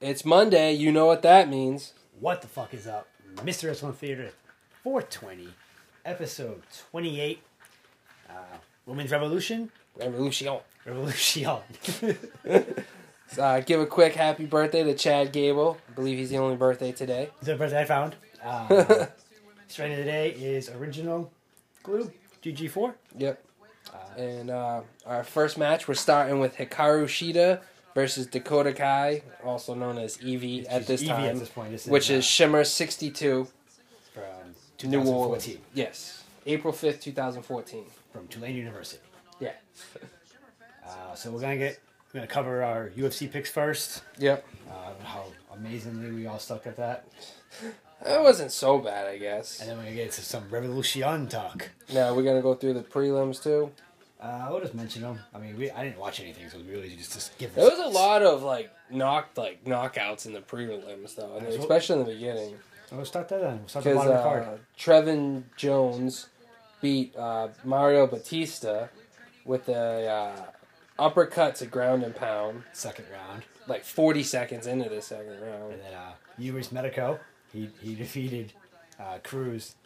It's Monday. You know what that means. What the fuck is up? Mr. S1 Theater 420, episode 28. Uh, Women's Revolution? Revolution. Revolution. So, uh, give a quick happy birthday to Chad Gable. I believe he's the only birthday today. the birthday I found. Uh, strain of the day is original glue, GG4. Yep. And uh, our first match, we're starting with Hikaru Shida versus Dakota Kai, also known as Evie at She's this Evie time, at this point. This which uh, is Shimmer 62, from New Orleans. 2014, Yes. April 5th, 2014. from Tulane University. Yeah. Uh, so we're gonna get we're gonna cover our UFC picks first. Yep. Uh, how amazingly we all stuck at that, It wasn't so bad, I guess. and then we're gonna get into some Revolution talk. Now, we're going to go through the prelims, too. Uh, I'll just mention them. I mean, we I didn't watch anything, so we really just just give. There was this- a lot of like knock like knockouts in the prelims though, and That's what- especially in the beginning We'll start that then. We'll start the because bottom of the card. uh, Trevin Jones beat uh, Mario Batista with a uh, uppercut to ground and pound Second round, like 40 seconds into the second round. and then uh, Yuris Medico, he he defeated uh, Cruz.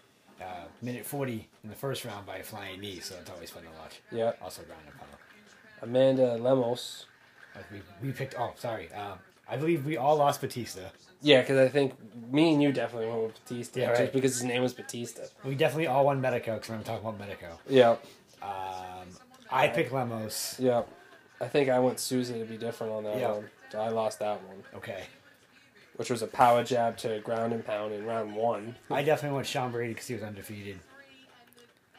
Uh, minute 40 in the first round by a flying knee, so it's always fun to watch. Yeah, Also, ground and pound. Amanda Lemos. Like, We, we picked, oh, sorry. Um, I believe we all lost Batista. Yeah, because I think me and you definitely went with Batista Yeah, just right. because his name was Batista. We definitely all won Medico because I'm talking about Medico. Yeah, Um, I picked Lemos. yeah. I think I went Susie to be different on that Yeah. one. So I lost that one. Okay. which was a power jab to ground and pound in round one. I definitely went Sean Brady because he was undefeated.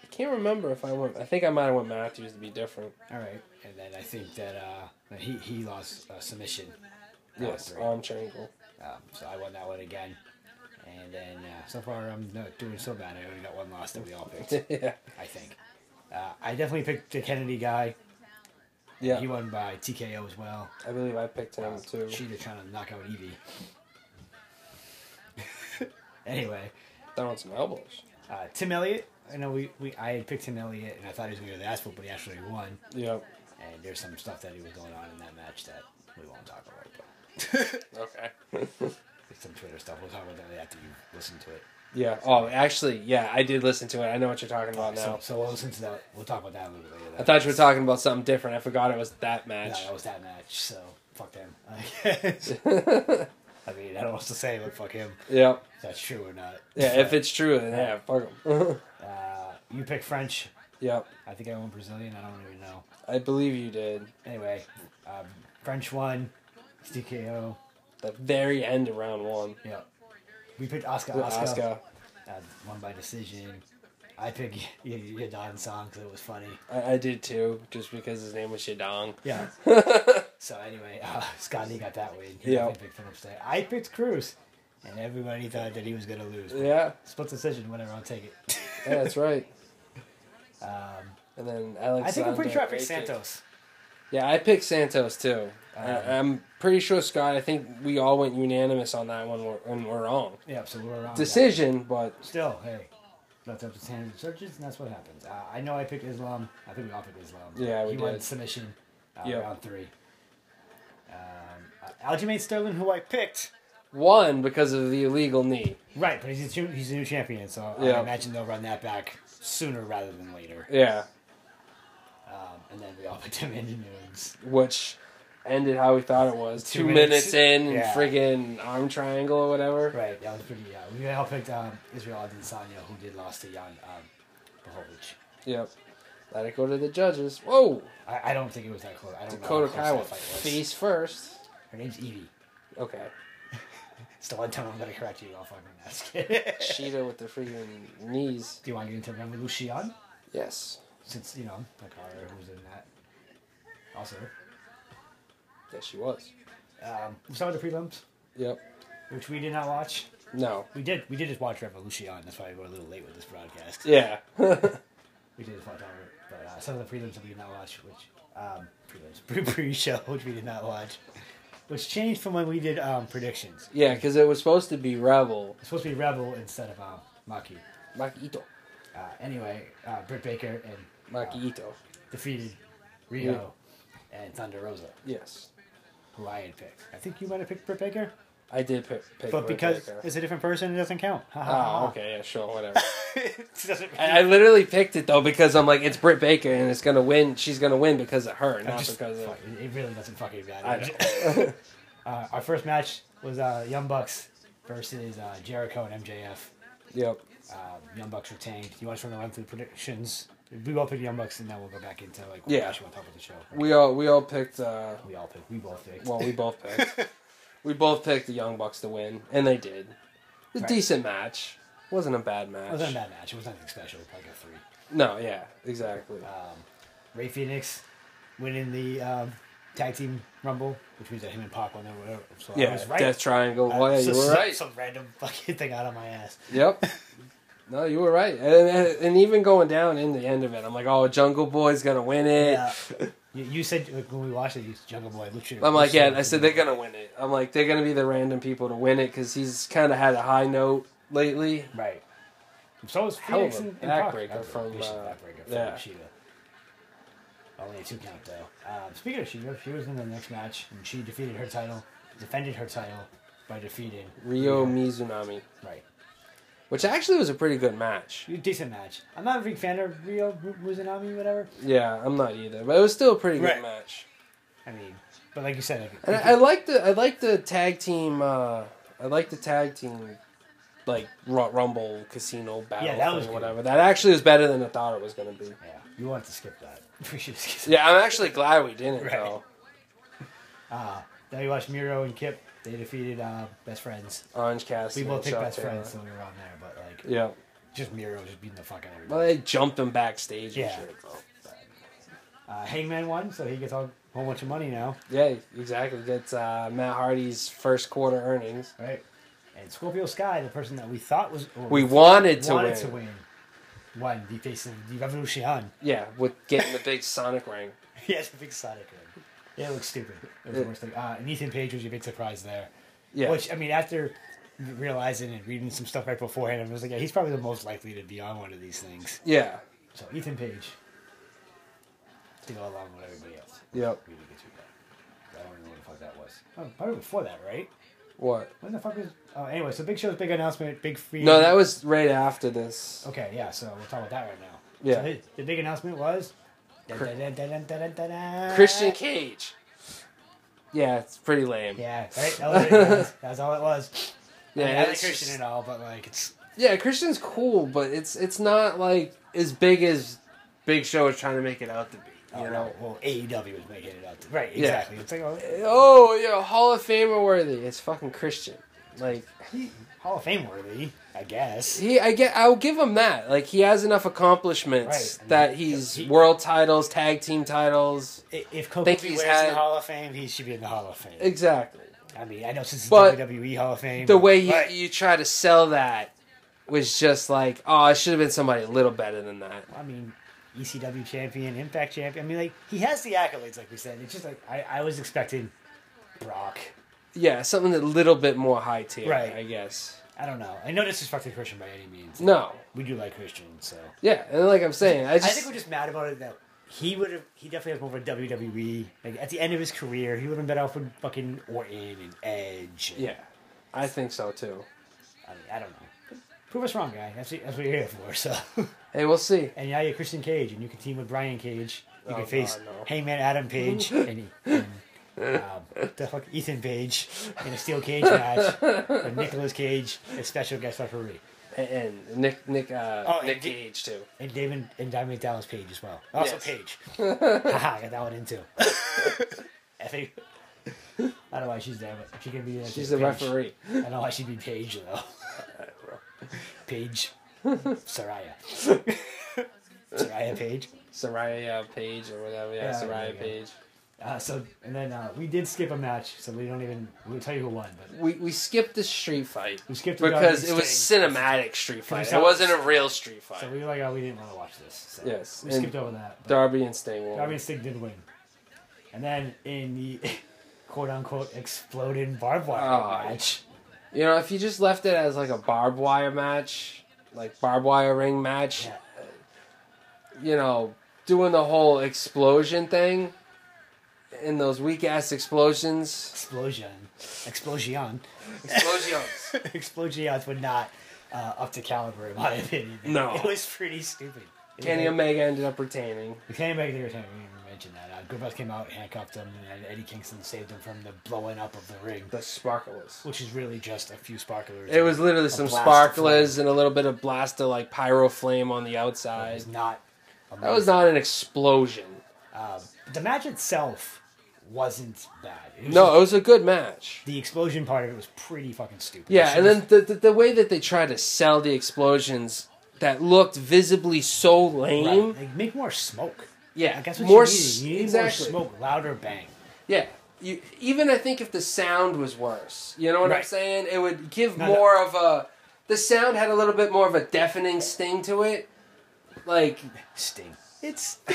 I can't remember if I went. I think I might have went Matthews to be different. All right. And then I think that uh, that he, he lost uh, submission. Round Yes, three. arm triangle. Um, so I won that one again. And then uh, so far I'm not doing so bad. I only got one loss that we all picked, yeah, I think. Uh, I definitely picked the Kennedy guy. yeah. He won by TKO as well. I believe I picked him too. Sheeta trying to knock out Evie. anyway, Throwing some elbows. uh, Tim Elliott. I know we, we I had picked Tim Elliott and I thought he was going to go the asphalt, but he actually won. Yeah. And there's some stuff that he was going on in that match that we won't talk about. But Okay. it's some Twitter stuff. We'll talk about that after you listen to it. Yeah. Oh, actually, yeah, I did listen to it. I know what you're talking about So, now. so we'll listen to that. We'll talk about that a little bit later. I thought you were talking about something different. I forgot it was that No, match. that was that match. So fuck them. I guess. I mean, I don't know what to say, but fuck him. Yeah. If that's true or not? Yeah. If it's true, then yeah, fuck him. uh, you pick French. yeah. I think I went Brazilian. I don't even know. I believe you did. Anyway, um, French won. It's TKO. The very end of round one. Yeah. We picked Oscar. Oscar. Asuka. Uh, won by decision. I picked Y- Y- Yadan song because it was funny. I, I did too, just because his name was Shadong. Yeah. so anyway, uh, Scotty got that win. Yeah. yeah. Picked Phillips there. I picked Cruz, and everybody thought that he was gonna lose. Yeah. Split decision. Whatever. I'll take it. Yeah, that's right. Um, And then Alex. I think I'm pretty sure I picked Santos. Yeah, I picked Santos too. Um, I, I'm pretty sure Scott. I think we all went unanimous on that one, we're- and we're wrong. Yeah, so we're around. Decision, but Still, hey, that's up to standard searches, and that's what happens. Uh, I know I picked Islam. I think we all picked Islam. Yeah, we he won did. submission uh, Yep. round three. Um, uh, Aljamain Sterling, who I picked, one because of the illegal knee. right? But he's a new, he's a new champion, so I Yeah. imagine they'll run that back sooner rather than later. Yeah, Um, and then we all put Tim into news. which ended how we thought it was. Two, Two minutes, minutes. in, and Yeah. friggin' arm triangle or whatever. Right, that was pretty. Yeah, we all picked um, Israel Adesanya, who did lost to Jan um, Blachowicz. Yep. Let it go to the judges. Whoa, I, I don't think it was that close. I don't Dakota know how close Kai that went fight was. face first. Her name's Evie. Okay. It's the one time I'm gonna correct you. I'll fucking ask. Do Cheetah with the friggin' knees. you want to get into Revolution? Yes. Since you know Takara who's in that. Also, Yes, she was. um, some of the prelims, Yep. which we did not watch. No. We did. We did just watch Revolution. That's why we were a little late with this broadcast. Yeah. We did just watch all of it, but uh, some of the prelims that we did not watch, which um, prelims pre pre show, which we did not watch, which changed from when we did um, predictions. Yeah, because it was supposed to be Rebel. It's supposed to be Rebel instead of um, Maki. Makito. Uh, anyway, uh, Britt Baker and uh, Makito. defeated Rio and Thunder Rosa. Yes. who I had picked. I think you might have picked Britt Baker, I did pick, pick but Britt because Baker. it's a different person, it doesn't count. Ha, ha, Oh, ha. okay, yeah, sure, whatever. It doesn't- I, I literally picked it though because I'm like, it's Britt Baker and it's gonna win. She's gonna win because of her, I'm not just- because of. fuck, it really doesn't fucking I matter. know. Uh, our first match was uh, Young Bucks versus uh, Jericho and MJF. yep. Uh, Young Bucks retained. You want to run through the predictions? We all picked Young Bucks, and then we'll go back into like what Yeah. match you want to talk about the show. We all we all picked. Uh, We all picked. We both picked. well, we both picked. we both picked the Young Bucks to win, and they did. A Right. decent match. Wasn't a bad match. it wasn't a bad match. It was nothing special. Like a three. No, yeah, exactly. Um, Ray Phoenix winning the um, tag team rumble, which means that him and Pac won there. whatever. So I yeah, was right. Death Triangle. I- Well, yeah, so- you were some, right. Some random fucking thing out of my ass. Yep. No, you were right, and, and, and even going down in the end of it, I'm like, "Oh, Jungle Boy's gonna win it." Yeah. you, you said like, when we watched it, you said Jungle Boy. Lucha, I'm like, Lucha- yeah. I said they're gonna win it. I'm like, they're gonna be the random people to win it because he's kind of had a high note lately. Right. So is Hell of Phoenix a and, and Pac. backbreaker Backbreaker, from, vicious uh, backbreaker from yeah. Shida. Only a two count though. Um, speaking of Shida, she was in the next match and she defeated her title, defended her title by defeating Rio Mizunami, Right. which actually was a pretty good match. Decent match. I'm not a big fan of Rio Mu- Muzunami, whatever. Yeah, I'm not either, but it was still a pretty good Right. match. I mean, but like you said, like, And I, I like the I like the tag team. Uh, I like the tag team, like Ru- Rumble Casino Battle Yeah, that thing, was good. whatever. That actually was better than I thought it was gonna be. yeah, you want to skip that. We should skip. Yeah, I'm actually glad we didn't Right. though. Uh, then we watched Miro and Kip. They defeated uh, Best Friends. Orange Cassidy. We both and picked Chuck Best Taylor. Friends, so we were on there. But like, Yeah. just Miro just beating the fuck out of Well, everybody. they jumped him backstage. Yeah. And shit, though. Uh, Hangman won, so he gets a whole bunch of money now. Yeah, exactly. That's uh, Matt Hardy's first quarter earnings. Right. And Scorpio Sky, the person that we thought was or We wanted to wanted win. to win, won the face of the Revolution. Yeah, with getting the big Sonic ring. he has a big Sonic ring. Yeah, it looks stupid. It was the Yeah. worst thing. Uh, and Ethan Page was your big surprise there. Yeah, Which I mean, after realizing and reading some stuff right beforehand, I was like, yeah, he's probably the most likely to be on one of these things. yeah, So Ethan Page to go along with everybody else. yep. We didn't get to that. I don't even know what the fuck that was. Oh, probably before that, right? What? When the fuck was? Oh, anyway, so Big Show's big announcement, big free. No, that was right after this. Okay, yeah. So we'll talk about that right now. Yeah. So the- the big announcement was. Cr- Dun-dun-dun-dun-dun-dun-dun. Christian Cage. Yeah, it's pretty lame. Yeah, Yeah, right. That was, it. That was- that was all it was. I, mean, I like it's Christian just- and all, but like it's yeah, Christian's cool, but it's it's not like as big as Big Show is trying to make it out to be. You oh, know. well AEW was making it up. To, right. Yeah. Exactly. It's like oh, Oh yeah, Hall of Famer worthy. It's fucking Christian. Like he- Hall of Fame worthy, I guess. He, I get, I'll give him that. Like he has enough accomplishments Right. I mean, that he's he- world titles, tag team titles. I- If Coco Think Beware he's is in had- the Hall of Fame, he should be in the Hall of Fame. Exactly. I mean, I know since it's But WWE E Hall of Fame. The way you, but- you try to sell that was just like, oh, it should have been somebody a little better than that. I mean, ECW champion, Impact champion. I mean, like he has the accolades, like we said. It's just like I, I was expecting Brock. Yeah, something a little bit more high tier, Right. I guess. I don't know. I no disrespect to Christian by any means. No. we do like Christian, so Yeah, and like I'm saying, I I just, think we're just mad about it that he would have. He definitely has more of a WWE. Like at the end of his career, he would have been off with fucking Orton and Edge. and- yeah, I think so too. I, mean, I don't know. Prove us wrong, guy. That's what, that's what you're here for. So, Hey, we'll see. and now you're Christian Cage, and you can team with Brian Cage. You Oh, can face God, no. Hangman Adam Page and, and um, the fuck Ethan Page in a steel cage match with Nicolas Cage as special guest referee, And, and Nick, Nick, uh, Oh, and Nick Di- Cage too. and Damon and Diamond Dallas Page as well. Also Yes. Page. Haha, I got that one in too. I think. I don't know why she's there, but she can be. there. She's the Paige. referee. I don't know why she'd be Paige though. Paige, Soraya. Soraya Page. Soraya Page or whatever. Yeah, Yeah, there you Soraya go. Page. Uh, so and then uh, we did skip a match, so we don't even we'll tell you who won, but we, we skipped the street fight we skipped the because WWE it was thing. cinematic street we fight. saw- It wasn't a real street fight. So we were like, oh, we didn't want to watch this. So Yes, we and skipped over that. But Darby and Sting won. Darby Sting did win, and then in the quote unquote exploding barbed wire Oh. match, you know, if you just left it as like a barbed wire match, like barbed wire ring match, yeah, you know, doing the whole explosion thing, in those weak ass explosions. Explosion. Explosion. Explosions. Explosions were not uh, up to caliber, in my opinion. No. It was pretty stupid. Kenny Omega ended up retaining. We came back there, we didn't even mention that. Uh, Griffith came out, handcuffed him, and Eddie Kingston saved him from the blowing up of the ring, The sparklers. which is really just a few sparklers. It was literally some blast of sparklers and a little bit of blast of like pyro flame on the outside. It's not. That was not an explosion. Um, the match itself wasn't bad. It was No, it was a good match. The explosion part of it was pretty fucking stupid. Yeah, It and was- then the, the, the way that they tried to sell the explosions that looked visibly so lame. Right, like, make more smoke. Yeah, Like, that's what more you need. s- You need exactly. more smoke, louder bang. Yeah. You, even I think if the sound was worse, you know what I'm Right. saying? It would give No, no. more of a. The sound had a little bit more of a deafening sting to it. Like, Sting. It's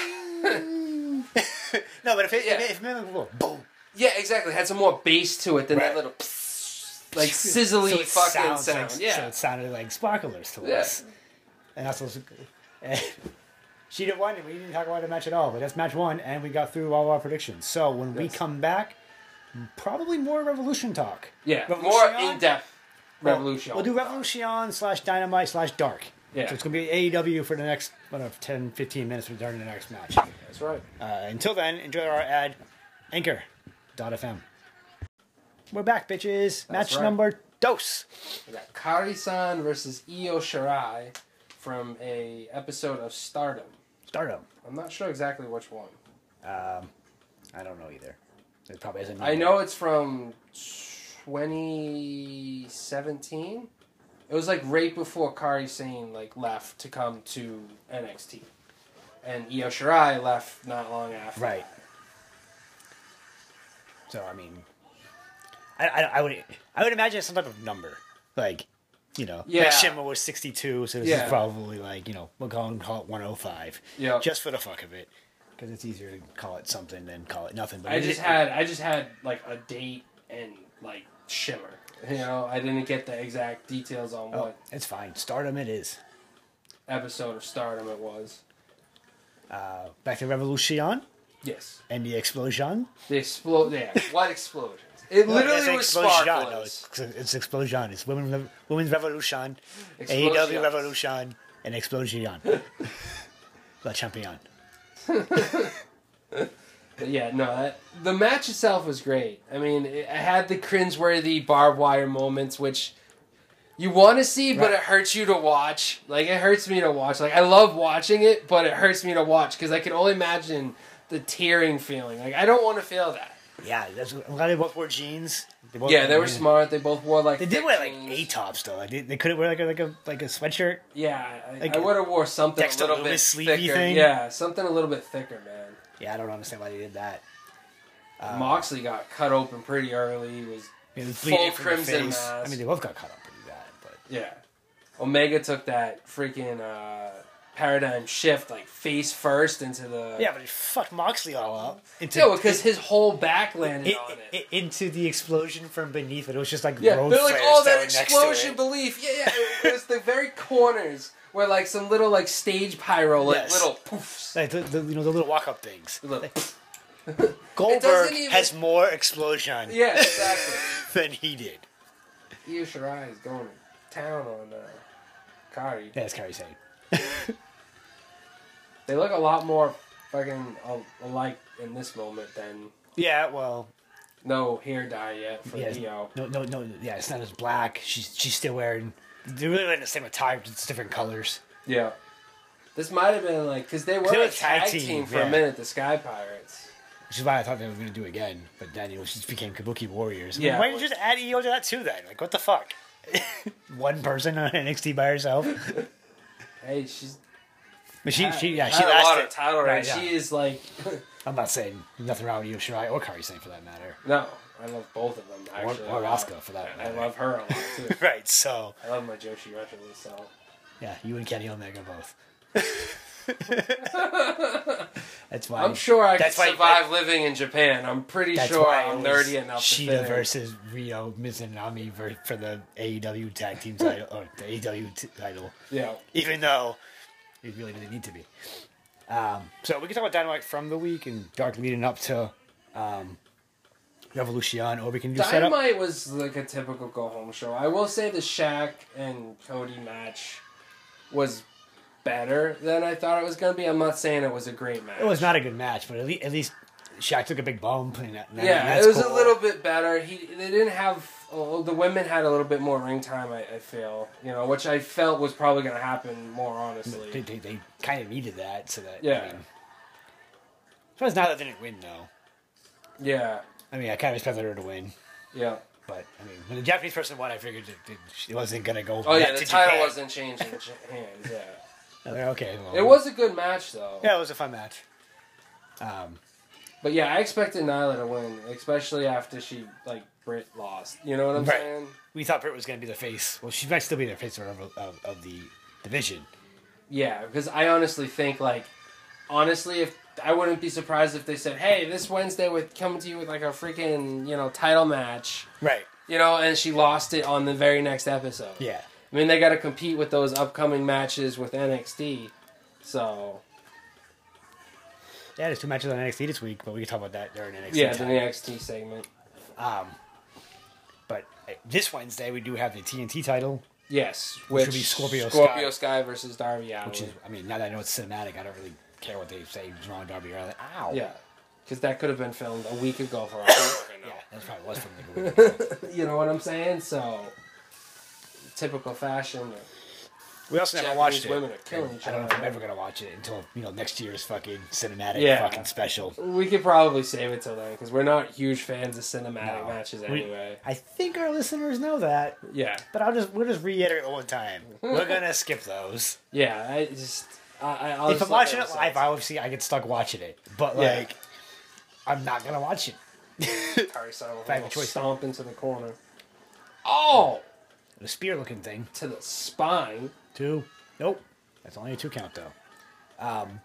no, but if it, Yeah. if it, if it made like a little boom, yeah, exactly. Had some more bass to it than that Right. little, psst, like sizzly so it fucking sounds sound. like- so yeah, it sounded like sparklers to Yeah. us. And that's also and she didn't win, and we didn't talk about the match at all. But that's match one, and we got through all our predictions. So when we Yes. come back, probably more revolution talk. yeah. More Revolution? in depth revolution. We'll do Revolution slash Dynamite slash Dark. Yeah. So it's going to be AEW for the next, I don't know, 10, 15 minutes during the next match. That's right. Uh, until then, enjoy our ad, anchor.fm. We're back, bitches. match right. number dos. We got Kari-san versus Io Shirai from a episode of Stardom. Stardom. I'm not sure exactly which one. Um, I don't know either. It probably isn't. I know it's from 2017. It was like right before Kari Sane like left to come to NXT, and Io Shirai left not long after. Right. So, I mean, I, I, I would I would imagine some type of number. Like, you know, Yeah. like Shimmer was 62, so this Yeah. is probably like, you know, we'll call, call it 105. Yeah. Just for the fuck of it. Because it's easier to call it something than call it nothing. But I it just is- had I just had like a date and like shimmer. You know, I didn't get the exact details on Oh, what it's fine. Stardom it is. episode of Stardom it was. Uh, back to Revolution Yes, and the explosion. the explode. Yeah, what explosions? It literally It's was explosion. sparklers. No, it's, it's explosion. It's women, rev- women's revolution, Explosion. AEW E revolution, and explosion. La champion. But yeah, no, that, the match itself was great. I mean, it, it had the cringeworthy barbed wire moments, which you want to see, but Right. it hurts you to watch. Like it hurts me to watch. Like I love watching it, but it hurts me to watch because I can only imagine the tearing feeling. Like I don't want to feel that. Yeah, that's, I'm glad they both wore jeans. They both- Yeah, they were smart. They both wore like They did thick wear like jeans. a tops though. Like they, they couldn't wear like a like a like a sweatshirt. Yeah, I, like I would have wore something Dexter a little bit Loomis sleepy thicker. thing. Yeah, something a little bit thicker, man. Yeah, I don't understand why they did that. Uh, Moxley got cut open pretty early. He was It was Full bleeding from the crimson face. mask. I mean, they both got caught up pretty bad, but Yeah. Omega took that freaking uh, paradigm shift, like face first into the. yeah, but it fucked Moxley all up. Into, Yeah, because his whole back landed it, on it. it- it- into the explosion from beneath it. It was just like yeah, road they're like, flares oh, that were next to explosion it. belief. Yeah, yeah. It was the very corners where, like, some little, like, stage pyro, like, Yes. little poofs. Like the, the you know the little walk up things. The little- Goldberg even- has more explosion yeah, exactly. than he did. Io Shirai is going to town on uh, Kari. That's Kyrie saying. They look a lot more fucking al- alike in this moment than Yeah, well, no hair dye yet for E yeah, Io. no, no, no. Yeah, it's not as black. She's she's still wearing. They're really wearing the same attire, just different colors. Yeah. This might have been like because they were They were a tag, team, for a yeah. minute, the Sky Pirates. Which is why I thought they were going to do it again, but then it was, just became Kabuki Warriors. I mean, Yeah, why it did you just add EO to that too? Then, like, what the fuck? One person on NXT by herself. But Hey, she's she, she, yeah, had she a lot lasted. of title Right, reign. yeah. She is like I'm not saying nothing wrong with Io Shirai or Kari Sane for that matter, no, I love both of them or, actually. or a lot. Asuka for that I matter. love her a lot too. right, so I love my Joshi references. So Yeah, you and Kenny Omega both. that's why. I'm sure I could That's why- survive living in Japan. I'm pretty that's sure why it I'm was nerdy enough. to Shida fit in. versus Rio Mizunami ver- for the AEW tag team title or the AEW t- title, Yeah, even though it really didn't need to be. Um, so we can talk about Dynamite from the week and Dark leading up to um, Revolution, or we can do setup. Dynamite was like a typical go home show. I will say the Shaq and Cody match was better than I thought it was going to be. I'm not saying it was a great match. It was not a good match, but at least at least Shaq took a big bump. And that, and Yeah, that's it was a cool. little bit better. He they didn't have oh, the women had a little bit more ring time. I, I feel you know, which I felt was probably going to happen more honestly. They, they, they kind of needed that, so that Yeah. I mean, so it's not that they didn't win though. Yeah, I mean, I kind of expected her to win, yeah. but I mean, when the Japanese person won, I figured it, it, it wasn't gonna go. Oh yeah, back the to title Japan. wasn't changing ch- hands. Yeah, I was like, okay. well, it was a good match though. Oh, Yeah, it was a fun match. Um, But yeah, I expected Nyla to win, especially after she like Brit lost. You know what I'm Right. saying? we thought Britt was gonna be the face. Well, she might still be the face of of, of the division. Yeah, because I honestly think like honestly if I wouldn't be surprised if they said, "Hey, this Wednesday with coming to you with like a freaking, you know, title match." Right. You know, and she lost it on the very next episode. Yeah. I mean, they got to compete with those upcoming matches with NXT. So, Yeah, there's two matches on NXT this week, but we can talk about that during NXT. yeah, the time. NXT segment. Um, but uh, this Wednesday we do have the TNT title, Yes, which, Which would be Scorpio Sky. Scorpio Sky. versus Darby Allin. which is, I mean, now that I know it's cinematic, I don't really care what they say is wrong with Darby Allin. Ow. yeah, because that could have been filmed a week ago for all I fucking Yeah, know. that's probably was from the movie. You know what I'm saying? So, typical fashion. we also never Japanese watched it. women are killing each I don't know if I'm other. ever gonna watch it until you know next year's fucking cinematic Yeah. fucking special. We could probably save it till then because we're not huge fans of cinematic No. matches We- anyway. I think our listeners know that, yeah, but I'll just we'll just reiterate one time. We're gonna skip those. yeah. I just, I, I I'll if just I'm let watching it those live, I obviously I get stuck watching it. But Yeah. like, I'm not gonna watch it. Sorry, so I have a I'll choice. stomp into the corner. Oh, The spear looking thing. to the spine. Two. Nope. That's only a two count though. Um,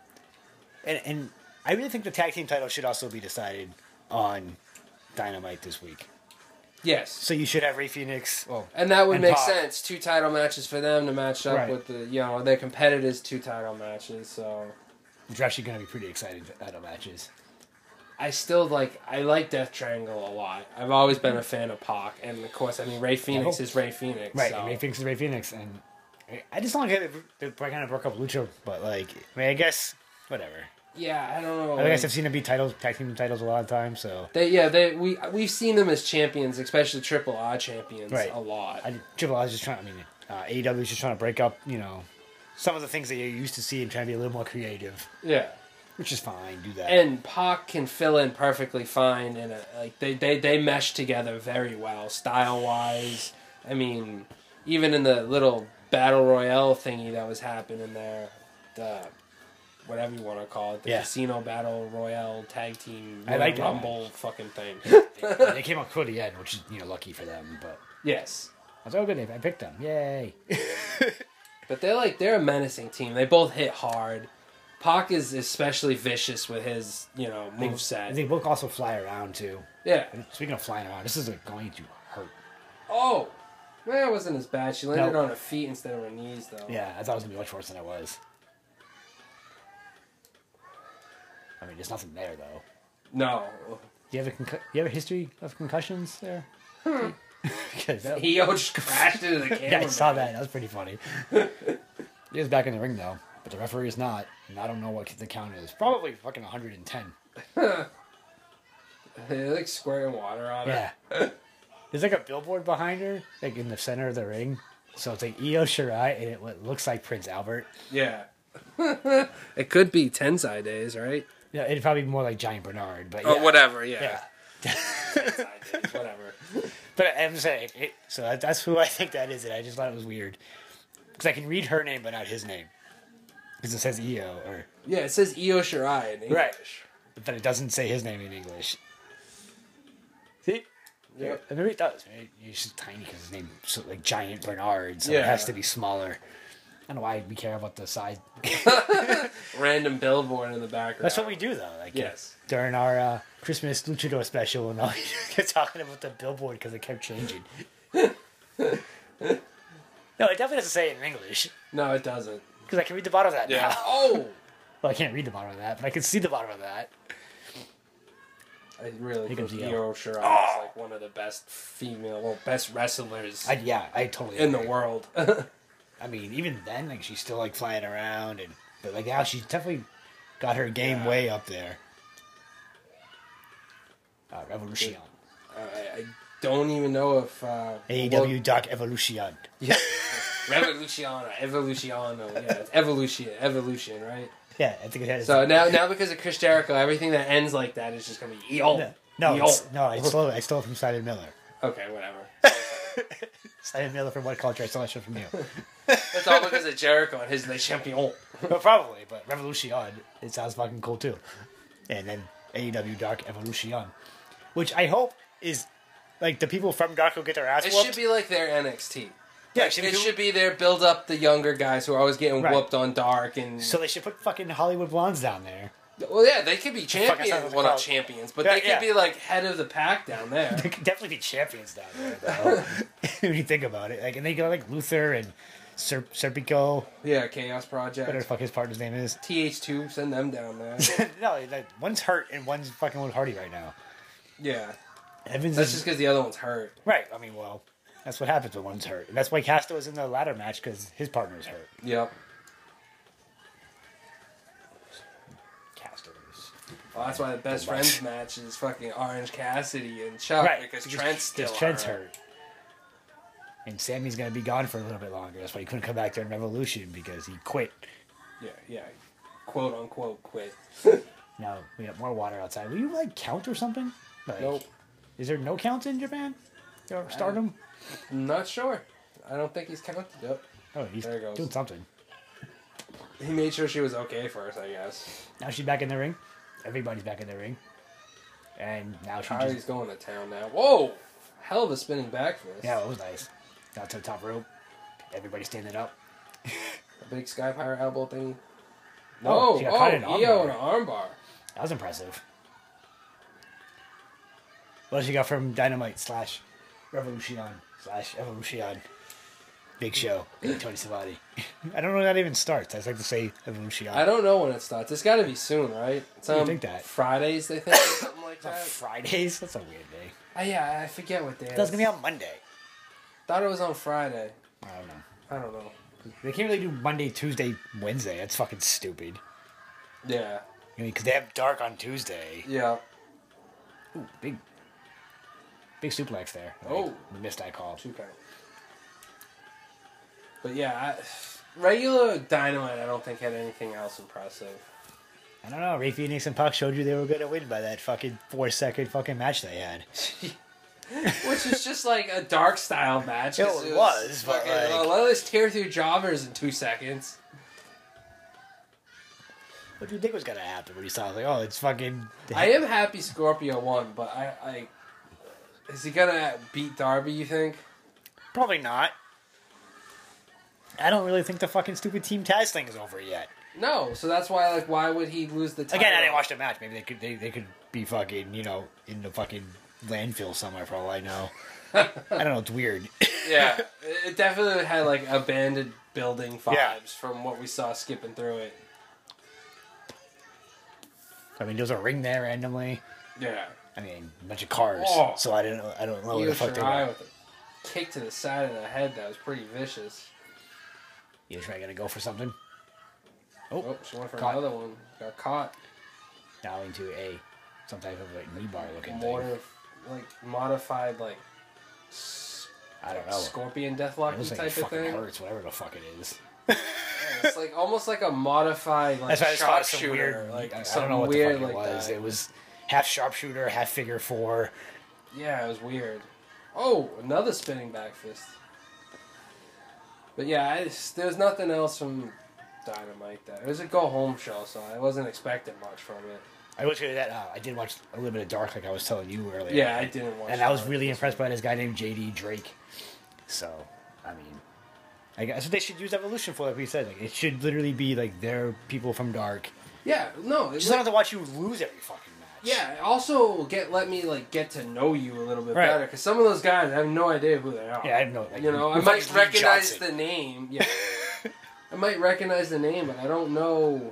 and and I really think the tag team title should also be decided on Dynamite this week. Yes, So you should have Ray Phoenix. Well, and that would And make Pac. sense. Two title matches for them to match up Right. with the you know their competitors. Two title matches. So which are actually going to be pretty exciting title matches. I still like I like Death Triangle a lot. I've always been a fan of Pac, and of course I mean Ray Phoenix Yeah. is Ray Phoenix. Right. so- and Ray Phoenix is Ray Phoenix, and I- I just don't get it. They kind of broke up Lucha, but like, I mean, I guess whatever. Yeah, I don't know. I like- guess I've seen them be titles, tag team titles a lot of times, so They, yeah, they we we've seen them as champions, especially Triple R champions, Right. a lot. I, Triple I was just trying. I mean, uh, AEW is just trying to break up, you know, some of the things that you're used to seeing, trying to be a little more creative, yeah, which is fine. Do that. and Pac can fill in perfectly fine, and like they they they mesh together very well, style wise. I mean, even in the little battle royale thingy that was happening there, the whatever you want to call it, the Yeah. casino battle royale tag team I like that rumble fucking thing. they, they came out cool at the end, which is you know lucky for them. But yes. I was oh good, I picked them. Yay! But they're like they're a menacing team. They both hit hard. Pac is especially vicious with his, you know, And moveset. they both also fly around too. Yeah. And speaking of flying around, this is like, going to hurt. Oh. That wasn't as bad. She landed No. on her feet instead of her knees though. Yeah, I thought it was gonna be much worse than it was. I mean, there's nothing there though. No. Do you have a concu- you have a history of concussions there? Because that- He just crashed into the camera. yeah, I saw that. That was pretty funny. he is back in the ring though, but the referee is not, and I don't know what the count is. Probably fucking 110. They're like squirting water on her. Yeah. There's like a billboard behind her, like in the center of the ring. So it's like Io Shirai, and it lo- looks like Prince Albert. Yeah. it could be Tensai days, right? Yeah, it'd probably be more like Giant Bernard, but yeah. Or whatever, Yeah. yeah. Tensai days, whatever. But I'm saying, it, so that, that's who I think that is. And I just thought it was weird because I can read her name, but not his name because it says Io, or Yeah, it says Io Shirai in English. Right. but it doesn't say his name in English. See, Yep. and maybe it does. Maybe It's just tiny because his name so like Giant Bernard, so it Yeah. has to be smaller. I don't know why we care about the size. Random billboard in the background. That's what we do though. Like Yes. during our uh, Christmas Luchador special, and all we just kept talking about the billboard because it kept changing. no, it definitely doesn't say it in English. No, it doesn't. Because I can read the bottom of that now. Oh, Well, I can't read the bottom of that, but I can see the bottom of that. I I really Here think comes Io. Oh! Io Shirai is like one of the best female, well, best wrestlers I, yeah, I totally. in the agree. world. I mean, even then, like she's still like flying around, and but like now she's definitely got her game Yeah. way up there. Uh, Revolution. I, I don't even know if uh, AEW Doc E Evolution. Yeah. Revoluciona, Evoluciona, yeah, it's evolution, evolution, right? Yeah, I think it has. So now, now because of Chris Jericho, everything that ends like that is just gonna be EO. no, no, EO. it's, no, I stole it. I stole it from Simon Miller. Okay, whatever. Simon Miller from What Culture? I stole that shit from you. It's all because of Jericho and his Le Champion. Well, probably, but Revolution, it sounds fucking cool too. And then AEW Dark Evolution, which I hope is like the people from Dark will get their ass It whooped. should be like their NXT. yeah, It should be their build up the younger guys who are always getting Right. whooped on Dark and So they should put fucking Hollywood blondes down there. well yeah they could be fuck I sound champions like well a not clown. champions but Yeah, they could yeah. be like head of the pack down there They could definitely be champions down there, though. when you think about it, like, and they got like Luther and Ser- Serpico, yeah Chaos whatever the Project fuck his partner's name is. TH two send them down there no, like, one's hurt and one's fucking with Hardy right now. yeah Evans that's is just because the other one's hurt right. I mean, well, that's what happens when one's hurt, and that's why Casto was in the ladder match because his partner's hurt. yep Casters. well, that's why the best Don't watch. friends match is fucking Orange Cassidy and Chuck right, Oh, because, Trent's still because Trent's hurt. hurt. And Sammy's gonna be gone for a little bit longer. That's why he couldn't come back during Revolution because he quit. yeah yeah quote unquote quit Now we got more water outside. Will you like count or something? Like, nope Is there no count in Japan? Or Stardom? not sure I don't think he's counted up. Oh, he's There it goes. doing something. He made sure she was okay first, I guess. Now she's back in the ring. Everybody's back in the ring. And now she Kyrie's just going to town now. Whoa! Hell of a spinning back fist. yeah, it was nice. Got to the top rope. Everybody standing up. A big sky pirate elbow thing. Oh, No, oh, she got caught in an EO armbar. in an armbar. That was impressive. What else you got from Dynamite slash Revolution slash Evolution? Big Show, Big Tony Savati. I don't know when that even starts. I just like to say Evolution. I don't know when it starts. It's got to be soon, right? It's You um, think that. Fridays, they think, or something like It's on that. Fridays. That's a weird day. Uh, yeah, I forget what day. That's it gonna be is. on Monday. Thought it was on Friday. I don't know. I don't know. They can't really do Monday, Tuesday, Wednesday. That's fucking stupid. Yeah, I mean, because they have dark on Tuesday. yeah. Ooh, big, big suplex there. Like, Oh. missed that call. Two count. But yeah, I, regular Dynamite, I don't think had anything else impressive. I don't know. Ray Phoenix and Pac showed you they were going to win by that fucking four second fucking match they had. Which is just like a dark style match. 'cause It was, but, like- oh, let us tear through jobbers in two seconds. What do you think was going to happen when you saw it? Like, oh, it's fucking. I am happy Scorpio won, but I, I is he gonna beat Darby? You think? Probably not. I don't really think the fucking stupid Team Taz thing is over yet. No. So that's why, like, why would he lose the title? Again, I didn't watch the match. Maybe they could they, they could be fucking, you know, in the fucking landfill somewhere for all I know. I don't know. It's weird. Yeah, it definitely had like abandoned building vibes Yeah. from what we saw skipping through it. I mean, there was a ring there randomly. Yeah, I mean, a bunch of cars. Oh. So I don't know. I don't know where Io the fuck they Shirai were. with a kick to the side of the head that was pretty vicious. You try gonna go for something? Oh, she went for Caught. another one. Got caught. Now into a some type of like knee bar looking thing. Mortar, like modified, like s- I don't know. scorpion It looks deathlock like type it of fucking thing. hurts, whatever the fuck it is. It's like almost like a modified like That's why I just thought it was some sharpshooter, weird. like I, I something don't know what weird the fuck like it was. that. It was half sharpshooter, half figure four. Yeah, it was weird. Oh, another spinning back fist. But yeah, I just, there's nothing else from Dynamite. That it was a go home show, so I wasn't expecting much from it. I will tell you that uh, I did watch a little bit of Dark, like I was telling you earlier. Yeah, I didn't watch. and I was that. really impressed by this guy named JD Drake. So, I mean, I guess they should use Evolution for, like we said. Like it should literally be like their people from Dark. Yeah, no. It's Just don't have to watch you lose every fucking match. yeah, also get let me like get to know you a little bit Right. better because some of those guys I have no idea who they are. Yeah, I have no. Like, You know, I who might fucking Lee recognize Johnson? the name. Yeah. I might recognize the name, but I don't know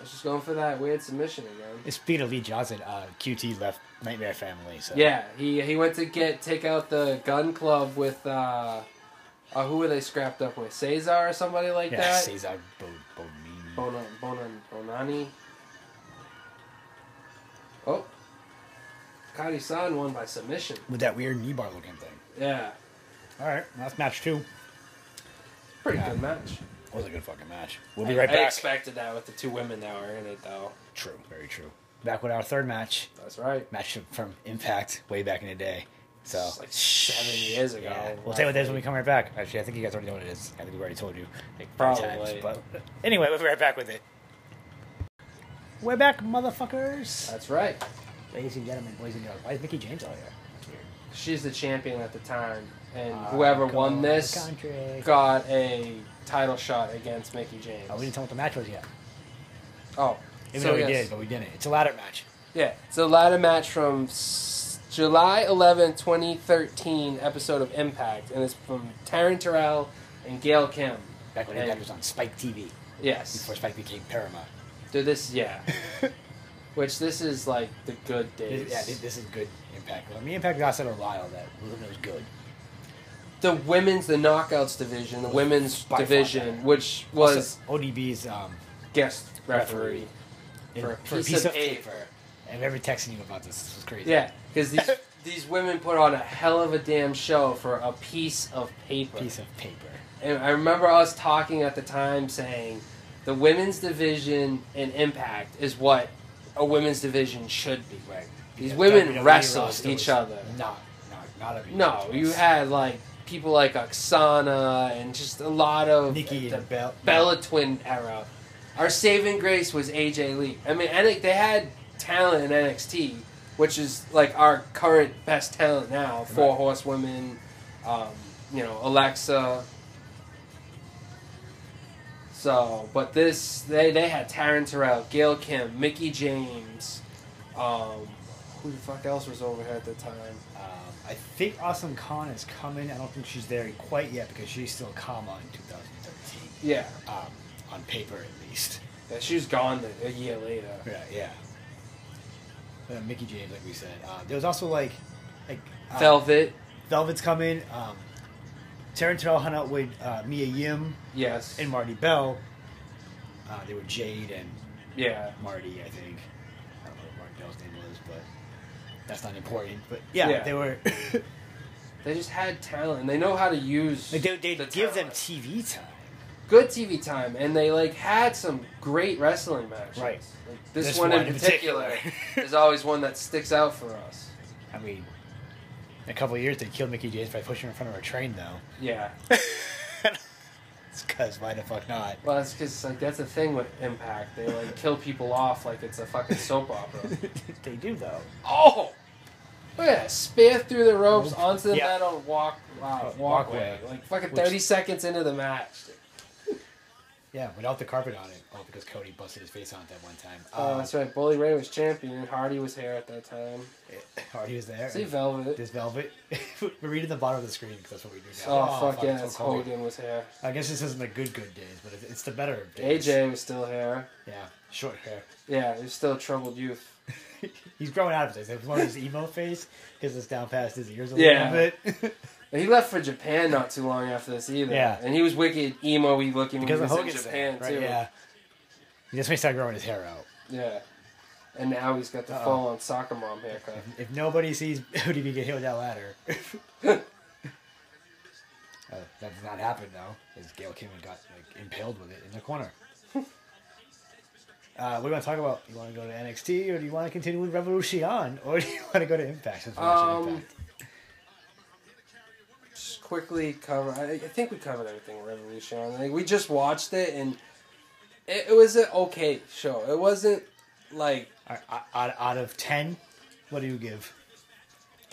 was just going for that weird submission again. It's Peter Lee Johnson. Uh, QT left Nightmare Family. So Yeah, he he went to get take out the gun club with uh, uh who were they scrapped up with? Cesar or somebody like yeah, that. Cesar Bo- Bonini. Bonan, Bonan, Bonani. Oh, Kari San won by submission. with that weird knee bar looking thing. Yeah, All right, that's match two. pretty Yeah. good match. Was a good fucking match. We'll be right I, I back. expected that with the two women that were in it, though. true, very true. Back with our third match, That's right. match from Impact way back in the day. So It's like seven years ago. Yeah, we'll tell you what it is when we come right back. Actually, I think you guys already know what it is. I think we already told you like three times. Probably. But anyway, we'll be right back with it. We're back, motherfuckers. That's right. Uh, Ladies and gentlemen, boys and girls. Why is Mickey James out here? That's weird. She's the champion at the time, and Uh, whoever go won this country. got a title shot against Mickey James. Oh, we didn't tell what the match was yet. Oh, Even so though we yes. did, but we didn't. It's a ladder match. Yeah, it's a ladder match from s- July 11, 2013 episode of Impact, and it's from Taryn Terrell and Gail Kim. Back when And- Impact was on Spike TV Yes. before Spike became Paramount. Dude, this, yeah. Which this is like the good days. This, yeah, this, this is good Impact. I mean, Impact got said a while that it was good. The women's, the knockouts division, the women's By far division, better. which was Also, ODB's um, guest referee, in- for, a piece, of, paper. I remember texting you about this. This was crazy. Yeah, because these these women put on a hell of a damn show for a piece of paper. piece of paper. And I remember us talking at the time saying the women's division in Impact is what a women's division should be. Right. These Yeah, women WWE wrestled roster each was other. Not, not, not a No, you had like people like Oksana and just a lot of Nikki the and Bell. Bella Twin era. Our saving grace was AJ Lee. I mean, and they had talent in NXT, which is like our current best talent now. Four Right. horsewomen, um, you know, Alexa. So, but this they they had Taryn Terrell, Gail Kim, Mickey James, um, who the fuck else was over here at the time? Um, I think Awesome Khan is coming. I don't think she's there quite yet because she's still comma in 2013, Yeah, um, on paper at least. yeah she was gone the, a year later. Yeah, yeah. Uh, Mickey James, like we said. Uh, there was also like, like uh, Velvet, Velvet's coming. Um, Taryn Terrell hung out with uh, Mia Yim yes, and Marty Bell. Uh, they were Jade and yeah. Marty, I think. I don't know what Marty Bell's name was, but that's not important. But yeah, Yeah. they were. They just had talent. and They know how to use. like they they the give them talent. TV time. good TV time, and they like had some great wrestling matches. Right. Like, this, This one, one in in particular, particular. is always one that sticks out for us. I mean, in a couple of years they killed Mickey James by pushing her in front of a train, though. Yeah. it's because why the fuck not? Well, it's because like that's the thing with Impact. They like kill people off like it's a fucking soap opera. they do though. oh. Look at that! Spear through the ropes onto the Yeah. metal walk wow, walkway. Walkway. Like fucking Which- thirty seconds into the match. Yeah, without the carpet on it. Oh, because Cody busted his face on it that one time. Oh, Uh, that's right. Bully Ray was champion. Hardy was here at that time. Hardy was eh, there. See Velvet. This velvet. We're reading the bottom of the screen because that's what we do now. Oh, fuck it's yeah! so it's cold. Hogan was here. I guess this isn't the good good days, but it's, it's the better of days. AJ was still here. Yeah, short hair. Yeah, he's still a troubled youth. He's growing out of this. It's one of his emo phase because it's down past his ears a Yeah. little bit. But he left for Japan not too long after this either. Yeah. And he was wicked emo y looking because when of he was Hogan's in Japan right? too. Yeah. He just may start growing his hair out. Yeah. And now he's got the Uh-oh. full on soccer mom haircut. If nobody sees ODB get hit with that ladder. Uh, that did not happen though, because Gail Kim got like impaled with it in the corner. Uh, we're gonna talk about. You want to go to NXT, or do you want to continue with Revolution, or do you want to go to Impact? Since we're watching Um, Impact? Just quickly cover I, I think we covered everything with Revolution. Like, we just watched it and it, it was an okay show. It wasn't like All right, out, out of ten, what do you give?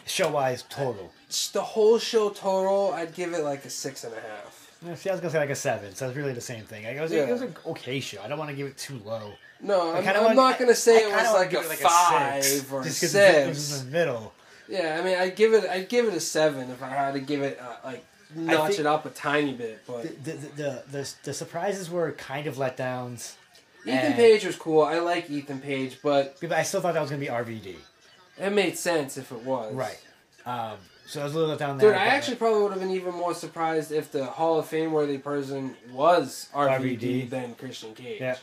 Show wise total. just the whole show total, I'd give it like a six and a half. Yeah, See, I was gonna say like a seven, so it's really the same thing. Like, it was, Yeah. it was an okay show. I don't want to give it too low. No, I I'm, kinda I'm wanna- not gonna say I it kinda was wanna like a give it, five six, or just 'cause It six. was in the middle. Yeah, I mean, I'd give it, I'd give it a seven if I had to give it, uh, like, notch think- it up a tiny bit. But the, the, the, the, the surprises were kind of letdowns. Ethan Eh. Page was cool. I like Ethan Page, but But I still thought that was going to be RVD. it made sense if it was. Right. Um, so I was a little let down there. Dude, I but- actually probably would have been even more surprised if the Hall of Fame worthy person was RVD, RVD. than Christian Cage. Yeah.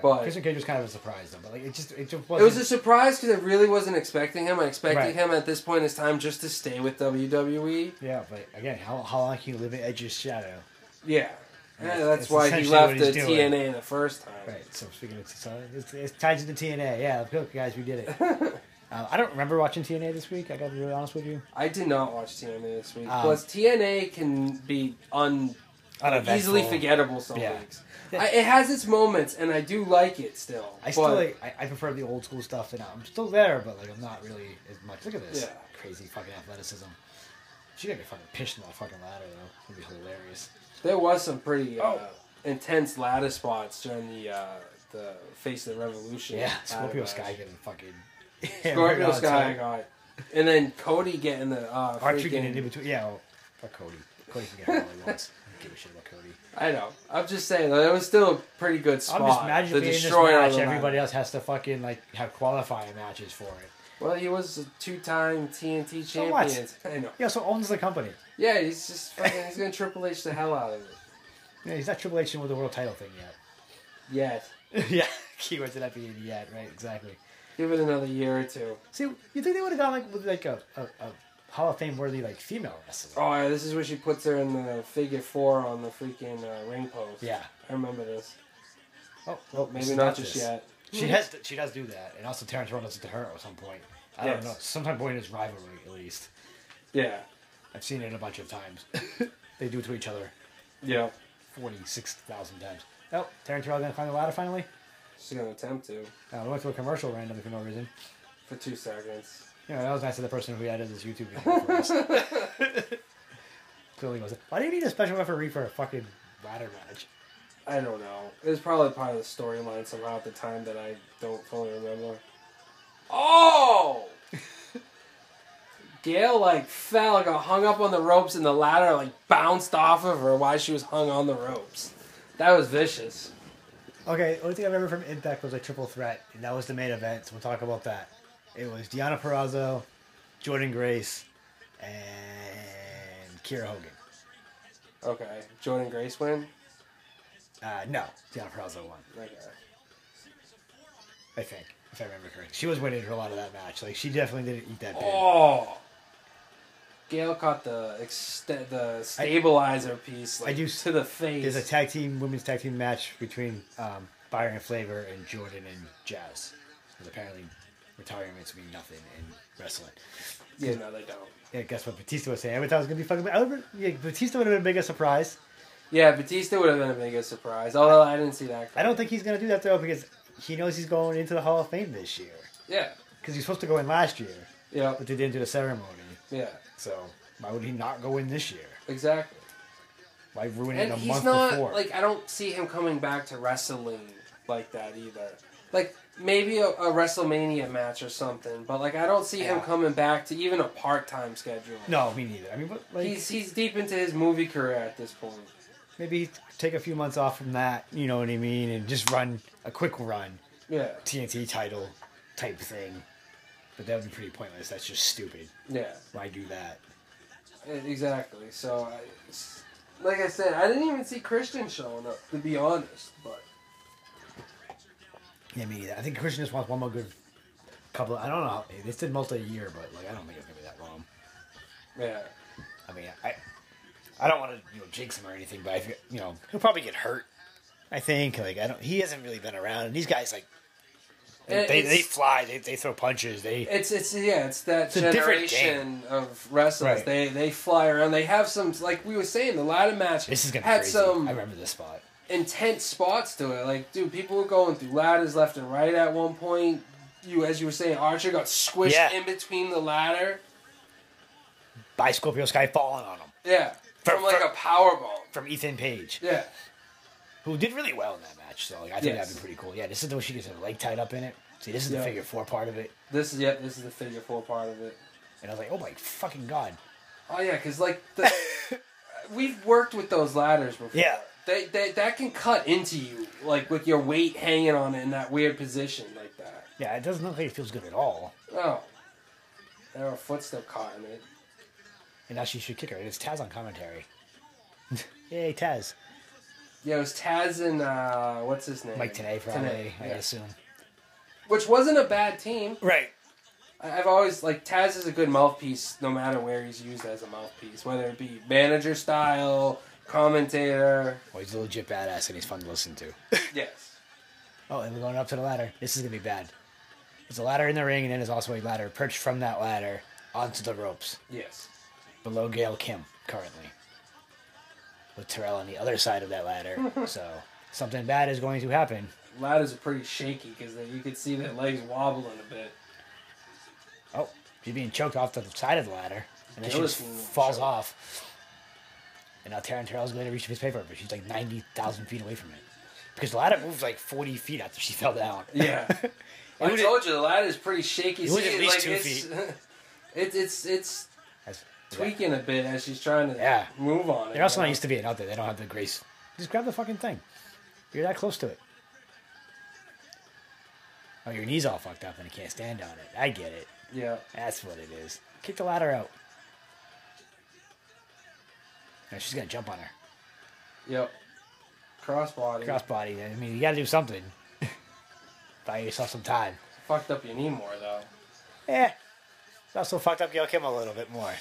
but- Christian Cage was kind of a surprise though, but like it just it just It was wasn't- a surprise because I really wasn't expecting him. I expected Right. him at this point in his time just to stay with E. WWE. yeah, but again, how, how long can you live in Edge's shadow? Yeah. Yeah, It's- that's it's why he essentially left what the he's doing. TNA the first time. Right. So speaking of so it's, it's tied to the TNA. Yeah, look, guys, we did it. um, I don't remember watching TNA this week. I got to be really honest with you. I did not watch TNA this week. Um, Plus, TNA can be un- easily forgettable some Yeah. weeks. I, it has its moments, and I do like it still. I still but- like. I, I prefer the old school stuff, and I'm still there, but like I'm not really as much. Look at this Yeah. crazy fucking athleticism. She gotta be fucking pitched on that fucking ladder though. It'd be hilarious. There was some pretty uh, Oh. intense ladder spots during the uh, the Face of the Revolution. Yeah, ladder Scorpio match. Sky getting fucking. hammered Scorpio on Sky top. got, and then Cody getting the uh, Archer getting in freaking- between. Yeah, well, fuck Cody. Cody can get all he wants. I don't give a shit about Cody. I know. I'm just saying though, it was still a pretty good spot. I'm just mad the you being in this destroyer on match. the ladder. Everybody else has to fucking like have qualifying matches for it. Well, he was a two-time TNT So champion. what? I know. He also owns the company. Yeah, he's just fucking, he's gonna Triple H the hell out of it. Yeah, he's not Triple H with the world title thing yet. Yet, yeah, keywords that being yet, right? Exactly. give it another year or two. See, you think they would have gone like with like a, a, a Hall of Fame worthy like female wrestler? Oh, yeah, this is where she puts her in the figure four on the freaking uh, ring post. Yeah. I remember this. Oh, well, Maybe it's not just this. yet. She has she does do that, and also Terrence Rowan does it to her at some point. I Yes. don't know. Sometime during his rivalry, at least. Yeah. I've seen it a bunch of times. they do it to each other Yeah. 46,000 times. Oh, Terrence Rowan gonna climb the ladder finally? She's gonna attempt to Uh, we went to a commercial randomly for no reason. for two seconds. You know, that was nice of the person who added this YouTube video for us. Clearly was Why do you need a special referee for a fucking ladder match? I don't know. It was probably part of the storyline somehow at the time that I don't fully remember. Oh! Gail like fell, like got hung up on the ropes, and the ladder like bounced off of her while she was hung on the ropes. That was vicious. Okay, only thing I remember from Impact was a triple threat, and that was the main event, so we'll talk about that. It was Deanna Perrazzo, Jordan Grace, and Kira Hogan. Okay, Jordan Grace win. Uh, no, Deanna Perrazzo won. Okay. I think, if I remember correctly. She was winning for a lot of that match. Like she definitely didn't eat that pin. Oh. Gail caught the exte- the stabilizer piece like, I do- to the face. There's a tag team women's tag team match between um, Byron Flavor and Jordan and Jazz. 'Cause apparently retirements mean nothing in wrestling. yeah, no, they don't. Yeah, guess what Batista was saying? I thought it was gonna be fucking. I would, yeah, Batista would have been a biggest surprise. Yeah, Batista would have been a bigger surprise. Although I didn't see that. I don't think he's gonna do that though because he knows he's going into the Hall of Fame this year. Yeah. Because he's supposed to go in last year, Yeah. but they didn't do the ceremony. Yeah. So why would he not go in this year? Exactly. Why ruin it And a he's month not before? like I don't see him coming back to wrestling like that either. Like maybe a, a WrestleMania match or something, but like I don't see him Yeah. coming back to even a part time schedule. no, me neither. I mean, but, like He's he's deep into his movie career at this point. maybe take a few months off from that, you know what I mean, and just run a quick run Yeah. TNT title type thing. But that would be pretty pointless. That's just stupid. Yeah. e, Why do that? Exactly. So, I, it's- like I said, I didn't even see Christian showing up, to be honest. But Yeah, me neither. I think Christian just wants one more good couple. I don't know. This did multi-year, but like I don't think it's gonna be that long. yeah, I mean, I I don't want to you know jinx him or anything, but I feel- you know he'll probably get hurt. I think like I don't. He hasn't really been around, and these guys like they, It- they, it's- they fly. They, they throw punches. They it's it's yeah, it's that a different generation of wrestlers. Right. They they fly around. They have some like we were saying the ladder match. this is gonna be had crazy. some I remember this spot. intense spots to it. Like dude, people were going through ladders left and right at one point. You as you were saying, Archer got squished Yeah. in between the ladder. by Scorpio Sky falling on him Yeah, For- from like for- a power bomb. from Ethan Page, Yeah, who did really well in that match. So like, I think Yes. that'd be pretty cool. Yeah, this is the way she gets her leg tied up in it. See, this is Yeah. the figure four part of it. this is yeah, this is the figure four part of it. And I was like, oh my fucking god. Oh yeah, because like the, we've worked with those ladders before. Yeah. They, they, that can cut into you, like with your weight hanging on it in that weird position like that. Yeah, it doesn't look like it feels good at all. Oh. Now her foot's still caught in it. And now she should kick her. And it's Taz on commentary. Yay, Taz. Yeah, it was Taz and uh, what's his name? Mike Tanay, probably, Tenay, I yeah. assume. Which wasn't a bad team. Right. I- I've always like Taz is a good mouthpiece, no matter where he's used as a mouthpiece, whether it be manager style, commentator. Well, he's a legit badass and he's fun to listen to. Yes. Oh, and we're going up to the ladder. This is going to be bad. There's a ladder in the ring, and then there's also a ladder perched from that ladder onto the ropes Yes. below Gail Kim currently. With Terrell on the other side of that ladder. so something bad is going to happen. Ladders are pretty shaky because you could see their legs wobbling a bit. Oh, she's being choked off the side of the ladder. And then she just Guillotine falls choke. off. And now Taryn Terrell's going to reach for his paper, but she's like 90,000 feet away from it. Because the ladder moved like 40 feet after she fell down. Yeah. I was at- told you the ladder is pretty shaky. It was at least two it's, it's it's it's That's- tweaking a bit as she's trying to Yeah. move on it. They're also you not know? used to being out there. They don't have the grace. Just grab the fucking thing. You're that close to it. Oh, your knee's all fucked up and you can't stand on it. I get it. Yeah. That's what it is. Kick the ladder out. No, she's gonna jump on her. Yep. Crossbody. Crossbody. I mean, you gotta do something. Buy yourself some time. Fucked up your knee more though. Eh. It's also fucked up Gail Kim a little bit more.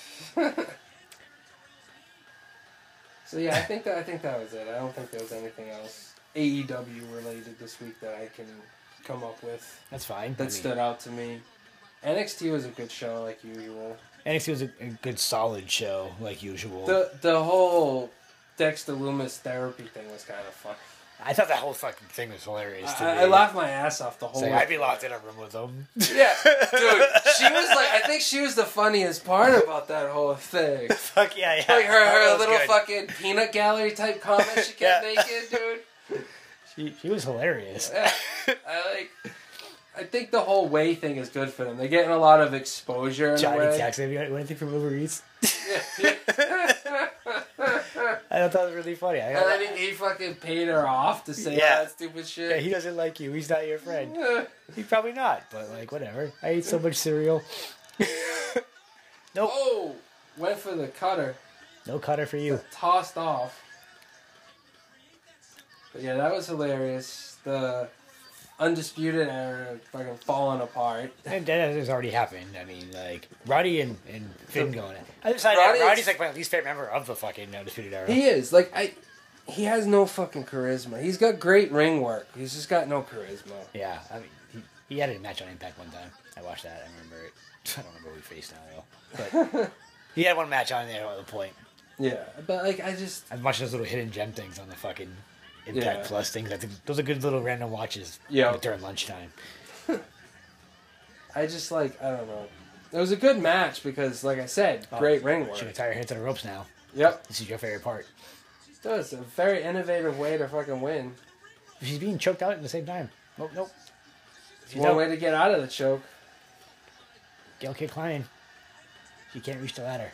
So yeah, I think that I think that was it. I don't think there was anything else AEW related this week that I can come up with That's fine. that I mean, stood out to me. NXT was a good show, like usual. NXT was a, a good, solid show, like usual. The the whole Dexter Loomis therapy thing was kind of fun. I thought that whole fucking thing was hilarious. to I, I me. laughed my ass off the whole. It's like, way I'd be through. locked in a room with them. Yeah, dude, she was like, I think she was the funniest part about that whole thing. Fuck yeah, yeah. Like her, That her was little good. fucking peanut gallery type comments she kept Yeah. making, dude. She, she was hilarious. Yeah, I like. I think the whole way thing is good for them. They're getting a lot of exposure. In a Johnny way. Tax, have you got anything from Uber Eats? I thought that was really funny. I, And I think he fucking paid her off to say Yeah. all that stupid yeah, shit. he doesn't like you. He's not your friend. Eh, He probably not, but like whatever. I ate so much cereal. nope, oh, went for the cutter, no cutter for you. tossed off. But yeah, that was hilarious. The undisputed era fucking falling apart. And that has already happened. I mean, like Roddy and, and Finn going. At. I decided Roddy Roddy's, is- like my least favorite member of the fucking Undisputed Era. He is like I. He has no fucking charisma. He's got great ring work. He's just got no charisma. Yeah, I mean, he, he had a match on Impact one time. I watched that. I remember it. I don't remember who he faced now, though. But he had one match on there at the point. Yeah, but like I just I've watched those little hidden gem things on the fucking Impact Yeah. Plus things. I think those are good little random watches Yeah. during lunchtime. I just like I don't know. It was a good match because, like I said, Oh, great ring Should I work. tie your hand to the ropes now? Yep, This is your favorite part. that was a very innovative way to fucking win. She's being choked out at the same time. Nope, nope. It's She's one out. way to get out of the choke. Gail K. Klein. She can't reach the ladder.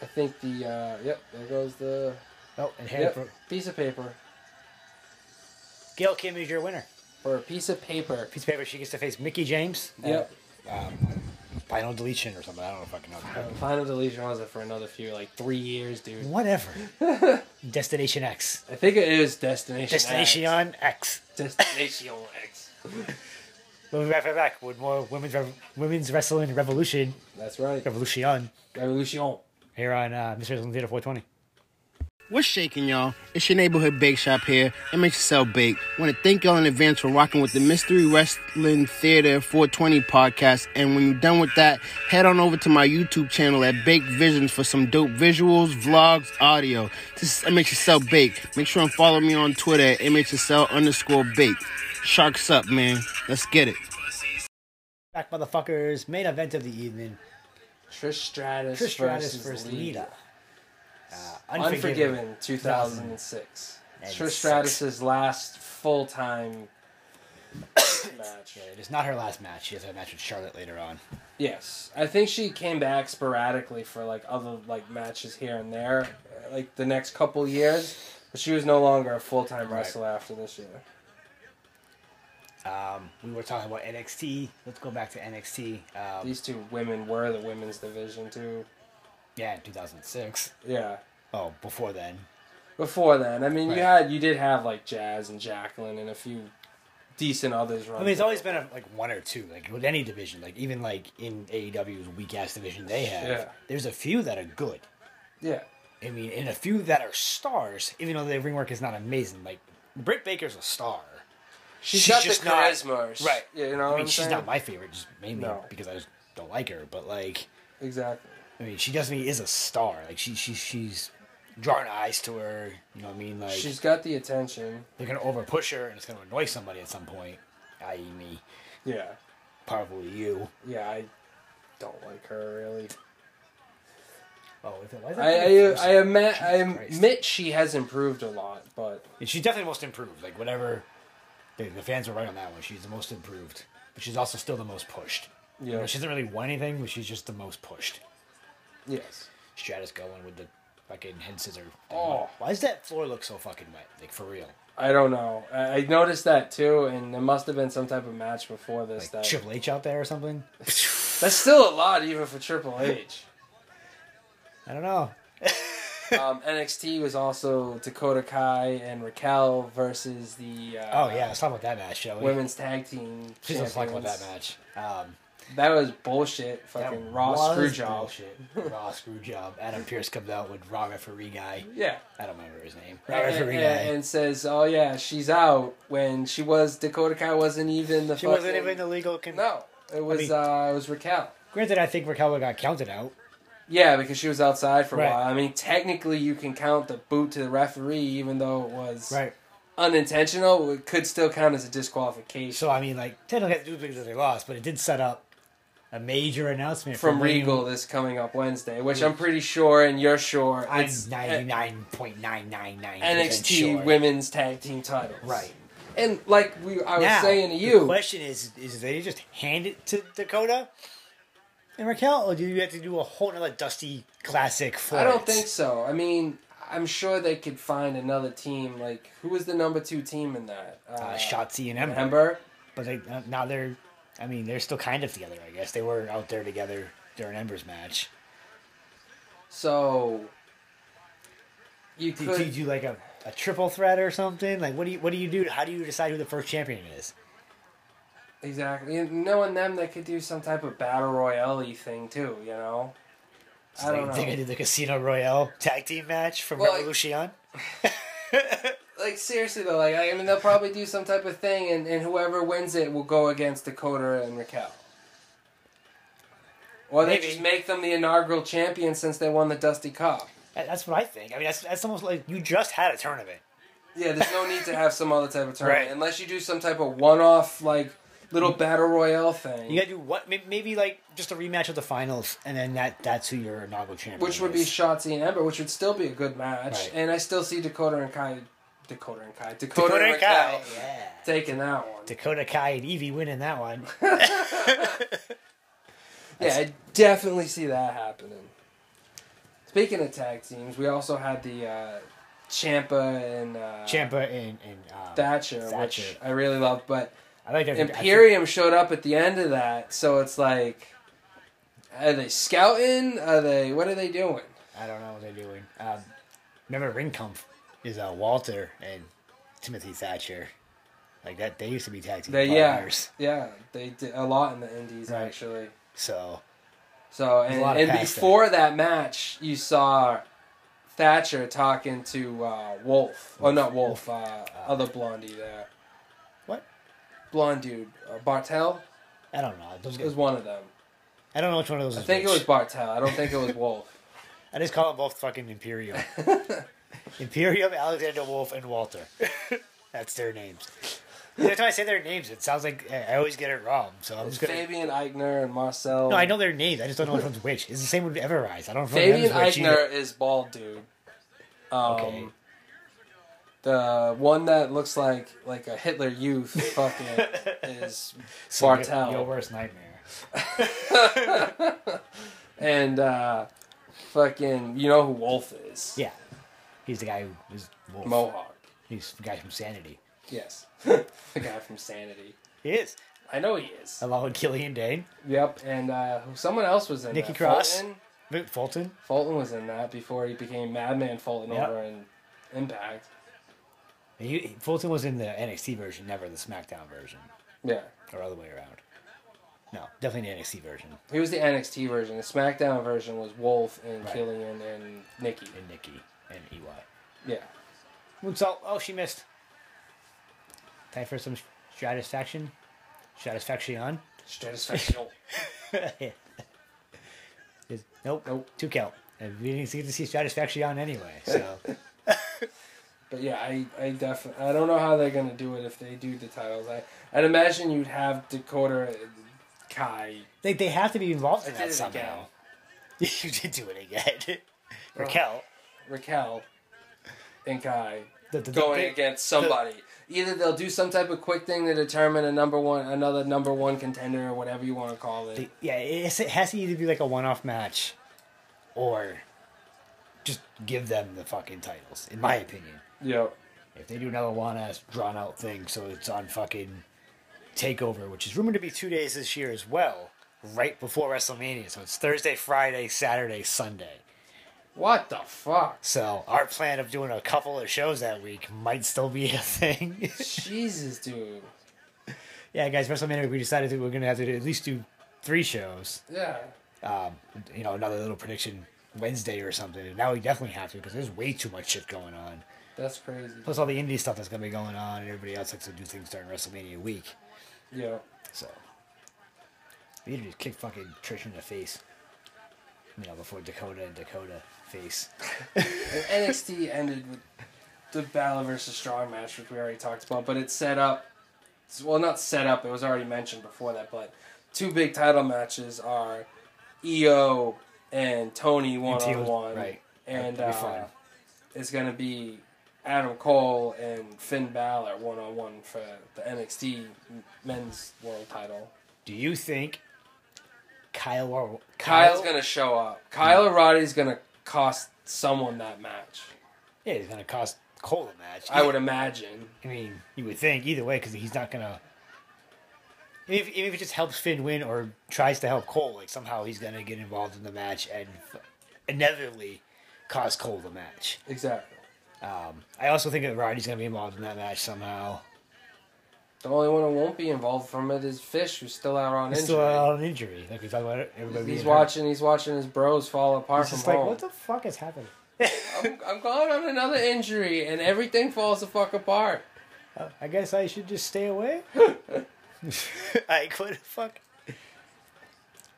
I think the uh, yep, there goes the Oh, and hand yep, broke. piece of paper Gail Kim is your winner. or a piece of paper. Piece of paper. She gets to face Mickey James. at, Yep. Um, final deletion or something. I don't know if I can know. Final deletion was it for another few like three years, dude. Whatever. Destination X. I think it is Destination. X. Destination X. Destination X. We'll be right back, back with more women's rev- women's wrestling revolution That's right. revolution Revolution. here on uh, Mr. Wrestling Theater 420. What's shaking, y'all? It's your neighborhood bake shop here. It makes yourself bake. Want to thank y'all in advance for rocking with the Mystery Wrestling Theater 420 podcast. And when you're done with that, head on over to my YouTube channel at Bake Visions for some dope visuals, vlogs, audio. This is MHSL Bake. Make sure and follow me on Twitter at MHSL underscore bake. Sharks up, man. Let's get it. Back, motherfuckers. Main event of the evening: Trish Stratus. Trish Stratus versus versus Lita. Lita. Uh, Unforgiven, 2006. And Trish six. Stratus's last full time match. It is not her last match. She has a match with Charlotte later on. Yes, I think she came back sporadically for like other like matches here and there, uh, like the next couple years. But she was no longer a full time Right. wrestler after this year. Um, we were talking about NXT. Let's go back to NXT. Um, These two women were the women's division too. yeah, in 2006. Yeah. Oh, before then. Before then, I mean, Right. you had you did have like Jazz and Jacqueline and a few decent others. I Running. mean, it's always been a, like one or two, like with any division, like even like in AEW's weak ass division they have. Yeah. There's a few that are good. yeah. I mean, and a few that are stars, even though their ring work is not amazing. Like Britt Baker's a star. She's, She's got just the not- charisma, right. You know, I what mean, I'm she's saying? not my favorite, just mainly No. because I just don't like her. But like, exactly. I mean, she definitely is a star. Like she, she, she's drawing eyes to her. You know what I mean? Like She's got the attention. they're gonna overpush her, and it's gonna annoy somebody at some point. I.e., me, Yeah, probably you. yeah. I don't like her really. Oh, if it was, I I I, admit, Jesus I Christ. admit she has improved a lot, but And she's definitely most improved. Like whatever, the, the fans were right on that one. She's the most improved, but she's also still the most pushed. You Yeah. know, she doesn't really won anything, but she's just the most pushed. yes, Stratus going with the fucking head scissor. Thing. Oh. why does that floor look so fucking wet? Like for real, I don't know. I, I noticed that too, and there must have been some type of match before this. like that Triple H out there or something? that's still a lot, even for Triple H. I don't know. um, NXT was also Dakota Kai and Raquel versus the uh, Oh yeah, let's talk about that match, shall we? women's tag team. Please let's talk about that champions. match. Um, That was bullshit. Fucking that Raw was screw job. bullshit. raw screw job. Adam Pierce comes out with raw referee guy. Yeah. I don't remember his name. Raw and, referee Eh, and- guy. and says, "Oh yeah, she's out." When she was Dakota Kai wasn't even the. She wasn't fucking- even the legal. Con- No, it was mean- uh, it was Raquel. Granted, I think Raquel got counted out. Yeah, because she was outside for a Right. while. I mean, technically, you can count the boot to the referee, even though it was unintentional. It could still count as a disqualification So I mean, like technically had to do it because they lost, but it did set up a major announcement from for William- Regal this coming up Wednesday, which I'm pretty sure, and you're sure, I'm it's ninety nine point nine nine nine NXT sure. Women's Tag Team titles. Right. And like we, I was Now, saying to the you, question is: Is they just hand it to Dakota and Raquel, or do you have to do a whole nother Dusty Classic for I don't it? think so. I mean, I'm sure they could find another team. Like, who was the number two team in that? Uh, Uh, Shotzi and Ember, Ember? but they, uh, now they're. I mean, they're still kind of together. I guess they were out there together during Ember's match. So you Do, do you could. do like a, a triple threat or something? Like, what do you what do you do? How do you decide who the first champion is? Exactly. And knowing them, they could do some type of battle royale thing too, you know? I don't Like, they know. could do the Casino Royale tag team match from Well, like- Revolution. Like, seriously, though, like, I mean, they'll probably do some type of thing, and, and whoever wins it will go against Dakota and Raquel. Or they Maybe. just make them the inaugural champion since they won the Dusty Cup. That- That's what I think. I mean, that's that's almost like you just had a tournament. Yeah, there's no need to have some other type of tournament Right. unless you do some type of one-off like little battle royale thing, You gotta do what? may- Maybe like just a rematch of the finals, and then that that's who your inaugural champion. which would be is. Shotzi and Ember, which would still be a good match. Right. And I still see Dakota and Kai, Dakota and Kai, Dakota, Dakota and Kai. Kai Yeah. taking that one. Dakota Kai and Evie winning that one. yeah, I definitely see that happening. Speaking of tag teams, we also had the uh, Champa and uh, Champa and and um, Thatcher, which Thatcher. I really loved, but. I like that. Imperium showed up at the end of that, so it's like, are they scouting? Are they? What are they doing? I, don't know what they're doing. Um, remember, Ringkampf is uh, Walter and Timothy Thatcher. Like that, they used to be tag team They yeah, partners. yeah, they did a lot in the Indies Right. actually. So So a and, lot of and past before that match, you saw Thatcher talking to uh, Wolf. Oh, not Wolf. Uh, other blondie there, what? blonde dude, uh, Bartel. I don't know. Those It was guys, one of them. I don't know which one of those. I think it was Bartel. I don't think it was Wolf. I just call them both fucking Imperium. Imperium, Alexander Wolf, and Walter. That's their names. Every time I say their names, it sounds like I always get it wrong. So I'm just gonna. Fabian Eichner and Marcel. No, I know their names. I just don't know which one's which. It's the same with Everrise. I don't know. Fabian which one's which Oh, either. Eichner is bald dude. Um, Okay. The one that looks like like a Hitler youth fucking is So your- Bartel. Your worst nightmare. and uh, fucking you know who Wolf is. Yeah. He's the guy who is Wolf. Mohawk. He's the guy from Sanity. Yes, the guy from Sanity. He is. I know he is. Along with Killian Dane. Yep, and uh, someone else was in Nikki that. Cross. Fulton? Mick Fulton. Fulton was in that before he became Madman Fulton Yep. over in Impact. He, Fulton was in the NXT version, never the SmackDown version. Yeah. Or other way around. No, definitely the NXT version. He was the NXT version. The SmackDown version was Wolf and Right. Killian and Nikki. And Nikki and EY. Yeah. Moonsault. Oh, she missed. Time for some stratisfaction. Stratisfaction. Stratisfaction. Is- Nope. Nope. Two count. And we didn't get to see stratisfaction anyway. So But yeah, I, I definitely I don't know how they're gonna do it if they do the titles. I I'd imagine you'd have Dakota Kai. they, they have to be involved in I that did it somehow. you did do it again. Raquel. Raquel and Kai The, the, the going big- against somebody. Either they'll do some type of quick thing to determine a number one another number one contender or whatever you want to call it. the- yeah, it's, it has to either be like a one-off match, or just give them the fucking titles. In my opinion, Yep. if they do another one-ass drawn-out thing, so it's on fucking Takeover, which is rumored to be two days this year as well, right before WrestleMania. So it's Thursday, Friday, Saturday, Sunday. What the fuck? So our plan of doing a couple of shows that week might still be a thing. Jesus, dude. yeah, guys, WrestleMania we decided that we're gonna have to at least do three shows. Yeah. Um, you know, another little prediction Wednesday or something. And now we definitely have to because there's way too much shit going on. That's crazy. Plus all the indie stuff that's gonna be going on, and everybody else likes to do things during WrestleMania week. Yeah. So we need to just kick fucking Trish in the face. You know, before Dakota and Dakota face. And NXT ended with the Battle versus Strong match, which we already talked about, but it set up. Well, not set up. It was already mentioned before that, but two big title matches are EO and Tony one on one, E right. And That'd be uh, fun. it's gonna be Adam Cole and Finn Balor one on one for the NXT Men's World Title. Do you think Kyle Hmm. or Kyle's gonna show up. Kyle Roddy's gonna cost someone that match. Yeah, he's gonna cost Cole a match. I would imagine. I mean, you would think either way because he's not gonna. Even if, even if it just helps Finn win or tries to help Cole, like somehow he's gonna get involved in the match and f- inevitably cause Cole the match. Exactly. Um, I also think that Roddy's gonna be involved in that match somehow. The only one who won't be involved from it is Fish, who's still out on He's injury. still out on injury, like we talked about. it, Everybody he's being watching. He's watching his bros fall apart Hurt. It's from just like home. what the fuck is happening? I'm, I'm going on another injury, and everything falls the fuck apart. Uh, I guess I should just stay away. I quit. Fuck.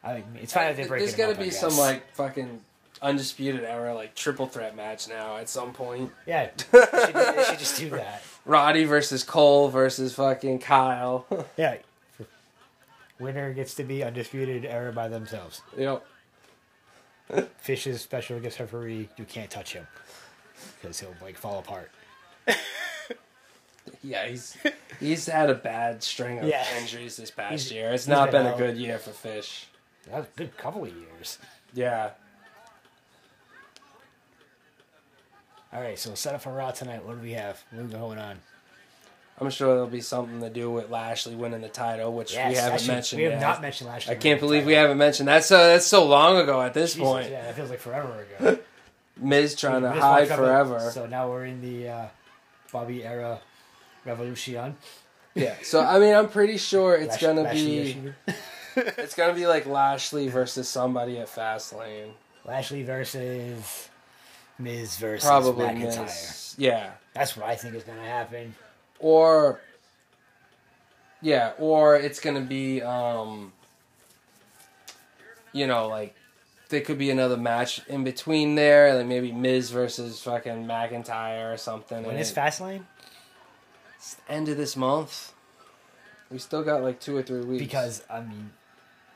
I mean, it's fine if they break There's it gotta up, I be guess. some like fucking undisputed era, like triple threat match now at some point. yeah. they should, they should just do that. Roddy versus Cole versus fucking Kyle. Yeah. Winner gets to be undisputed error by themselves. yep. Fish's special against referee. You can't touch him because he'll like fall apart. Yeah, he's he's had a bad string of Yeah. injuries this past He's- year. It's he's not been been a out. good year for Fish. That was a good couple of years. Yeah. All right, so set up for Raw tonight. What do we have? What's going on? I'm sure there'll be something to do with Lashley winning the title, which Yes, we haven't actually, mentioned. We have yet. not mentioned last I can't believe we haven't mentioned that. So that's so long ago at this point. Yeah, that feels like forever ago. Miz trying to This hide one's up- forever. So now we're in the uh, Bobby era revolution. yeah. So I mean, I'm pretty sure it's Lash- gonna Lashley be issue. it's gonna be like Lashley versus somebody at Fastlane. Lashley versus Miz versus Probably McIntyre. Miz. Yeah. That's what I think is going to happen. Or yeah, or it's gonna be um you know like there could be another match in between there, like maybe Miz versus fucking McIntyre or something. When and is it- Fastlane? It's the end of this month. We still got like two or three weeks. Because I mean,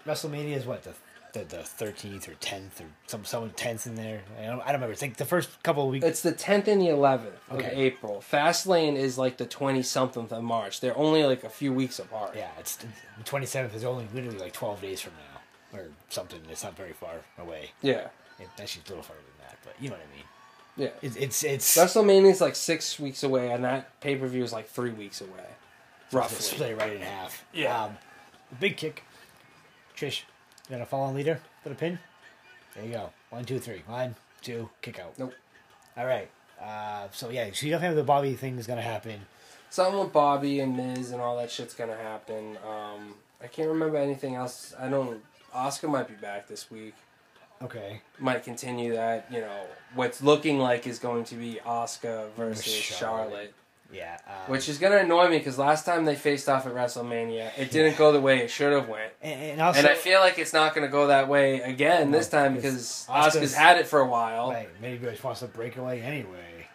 WrestleMania is what the the the thirteenth or tenth or some some tenth in there. I don't, I don't remember. I think the first couple of weeks. it's the tenth and the eleventh of Okay. April. Fastlane is like the twenty something of March. They're only like a few weeks apart. yeah, it's twenty seventh is only literally like twelve days from now or something. It's not very far away. Yeah. It, actually, it's a little farther than that, but you know what I mean. Yeah. It's it's, it's WrestleMania's like six weeks away, and that pay per view is like three weeks away, Just roughly. Split it right in half. Yeah. Um, the big kick. Trish, you got a fallen leader for the pin? There you go. One, two, three. One, two, kick out. Nope. All right. Uh, so, yeah, so you don't have the Bobby thing is going to happen. Something with Bobby and Miz and all that shit's gonna happen. Um, I can't remember anything else. I don't. Oscar might be back this week. Okay. Might continue that. You know, what's looking like is going to be Oscar versus Charlotte. Charlotte. Yeah. Um, Which is gonna annoy me because last time they faced off at WrestleMania, it didn't go the way it should have went, and, and also, and I feel like it's not gonna go that way again this time because Asuka's- Oscar's had it for a while. Right, maybe it's wants to break away anyway.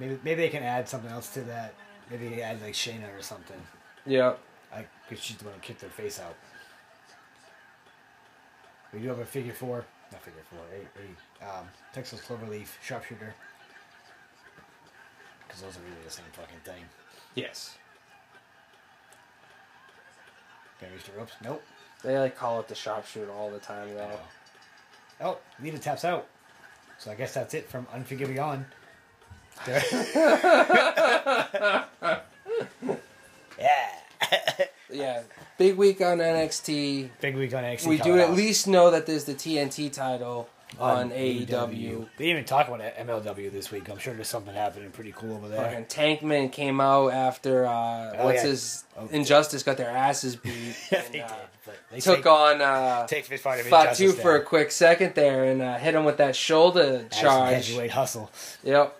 Maybe maybe they can add something else to that. Maybe they add like Shayna or something. Yeah, I because she's the one who kicked their face out. We do have a figure four, not figure four, a, a um, Texas cloverleaf sharpshooter. Because those are really the same fucking thing. Yes. Barry's the ropes. Nope. They like call it the sharpshooter all the time though. Oh, Lita taps out. So I guess that's it from Unforgiving on. yeah. Yeah. Big week on NXT. Big week on NXT. we do coming at up. least know that there's the TNT title on, E AEW. E They didn't even talk about MLW this week. I'm sure there's something happening pretty cool over there. Fucking Tankman came out after uh, Oh, what's yeah. his Oh. Injustice got their asses beat. and, they did, uh, but they took take, on uh, take this part of Fatu Injustice for a down. quick second there and uh, hit him with that shoulder As charge. Heavyweight hustle. Yep.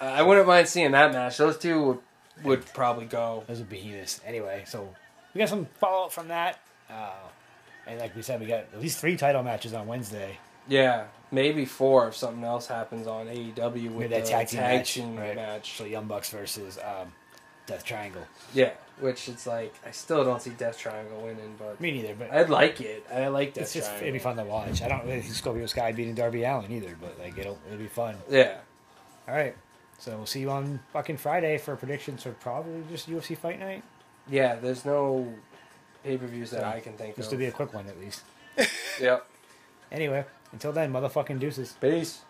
I I wouldn't mind seeing that match. Those two would, would probably go. Those are behemoths. Anyway, so we got some follow up from that. Uh, and like we said, we got at least three title matches on Wednesday. Yeah, maybe four if something else happens on AEW with Maybe that the tag team match, right? match. So Young Bucks versus um, Death Triangle. Yeah, which it's like I still don't see Death Triangle winning, but Me neither, but I'd like it. I like Death it's just Triangle. it'd be fun to watch. I don't really think Scorpio Sky beating Darby Allen either, but like it'll it'll be fun. Yeah, All right, so we'll see you on fucking Friday for predictions for probably just UFC Fight Night. yeah. There's no pay per views that I can think This of. will be a quick one at least. yep. Anyway, until then, motherfucking deuces. Peace.